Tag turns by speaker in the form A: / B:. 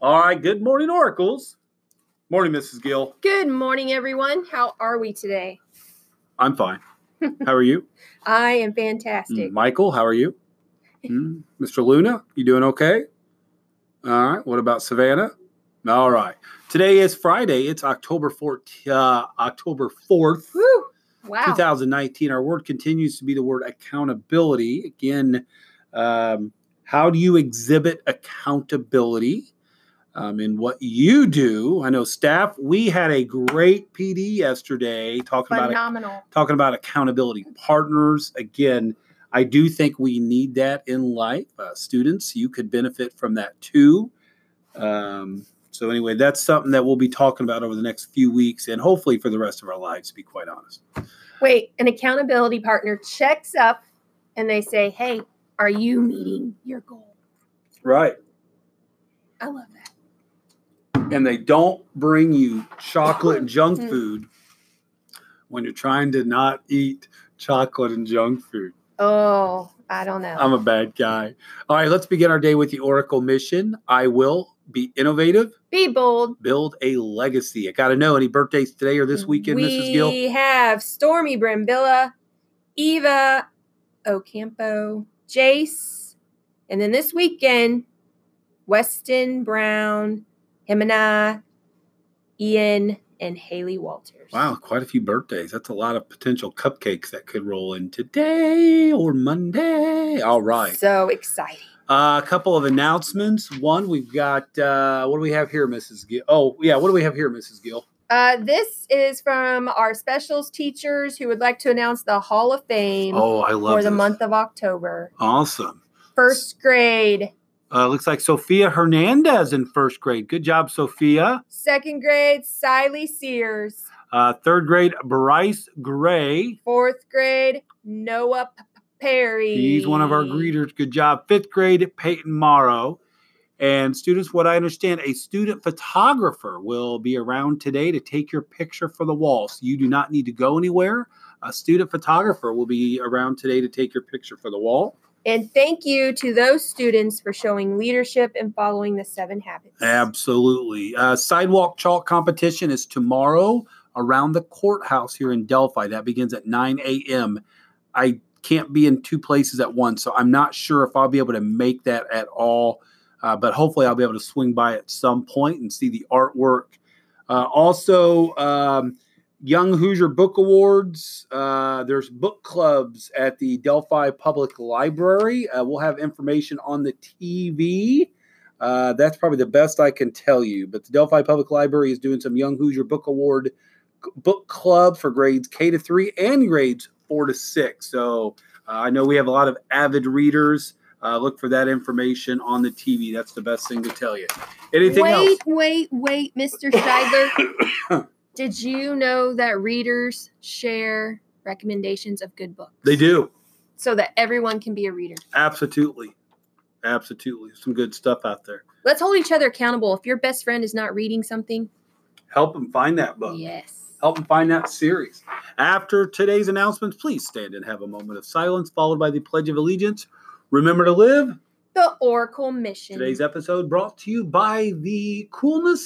A: All right. Good morning, Oracles. Morning, Mrs. Gill.
B: Good morning, everyone. How are we today?
A: I'm fine. How are you? Mm,
B: I am fantastic.
A: Michael, how are you? Hmm, Mr. Luna, you doing okay? All right. What about Savannah? All right. Today is Friday. It's October 4th, uh, October 4th,
B: Woo! Wow.
A: 2019. Our word continues to be the word accountability. Again, um, how do you exhibit accountability um, in what you do? I know staff, we had a great PD yesterday talking about
B: Phenomenal.
A: talking about accountability partners again i do think we need that in life uh, students you could benefit from that too um, so anyway that's something that we'll be talking about over the next few weeks and hopefully for the rest of our lives to be quite honest
B: Wait, an accountability partner checks up and they say, Hey, are you meeting your goal?
A: right
B: I love that.
A: and they don't bring you chocolate and junk
B: Mm.
A: food when you're trying to not eat chocolate and junk food
B: Oh, I don't know.
A: I'm a bad guy. All right, let's begin our day with the Oracle mission. I will be innovative,
B: Be bold.
A: build a legacy. I got to know any birthdays today or this weekend,
B: we
A: Mrs. Gill?
B: have Stormy Brambilla, Eva Ocampo, Jace, and then this weekend, Weston Brown, Himena, Ian, and Haley Walters.
A: Wow, quite a few birthdays. That's a lot of potential cupcakes that could roll in today or Monday. All right.
B: So exciting.
A: Uh, a couple of announcements. One, we've got, uh, what do we have here, Mrs. Gill? Oh, yeah, what do we have here, Mrs. Gill?
B: Uh, this is from our specials teachers who would like to announce the Hall of Fame
A: Oh, I love
B: for the
A: this.
B: month of October.
A: Awesome.
B: First grade,
A: Uh, looks like Sophia Hernandez in first grade. Good job, Sophia.
B: second grade, Siley Sears,
A: Uh, third grade, Bryce Gray.
B: fourth grade, Noah P- P- Perry.
A: He's one of our greeters. Good job. Fifth grade, Peyton Morrow. And students, what I understand, a student photographer will be around today to take your picture for the wall. So you do not need to go anywhere. A student photographer will be around today to take your picture for the wall.
B: And thank you to those students for showing leadership and following the seven habits.
A: Absolutely. Uh, sidewalk chalk competition is tomorrow around the courthouse here in Delphi. That begins at 9 a.m. I can't be in two places at once, so I'm not sure if I'll be able to make that at all. Uh, but hopefully, I'll be able to swing by at some point and see the artwork. Uh, also, um, Young Hoosier Book Awards. Uh, there's book clubs at the Delphi Public Library. Uh, we'll have information on the TV. Uh, that's probably the best I can tell you. But the Delphi Public Library is doing some Young Hoosier Book Award book club for grades K to three and grades four to six. So uh, I know we have a lot of avid readers. Uh, look for that information on the TV. That's the best thing to tell you. Anything
B: wait,
A: else?
B: wait, wait, Mr. Scheidler. Did you know that readers share recommendations of good books?
A: They do.
B: So that everyone can be a reader.
A: Absolutely. Absolutely. Some good stuff out there.
B: Let's hold each other accountable. If your best friend is not reading something,
A: Help them find that book.
B: yes.
A: Help them find that series. After today's announcements, please stand and have a moment of silence, followed by the Pledge of Allegiance. Remember to live.
B: The Oracle Mission.
A: Today's episode brought to you by the coolness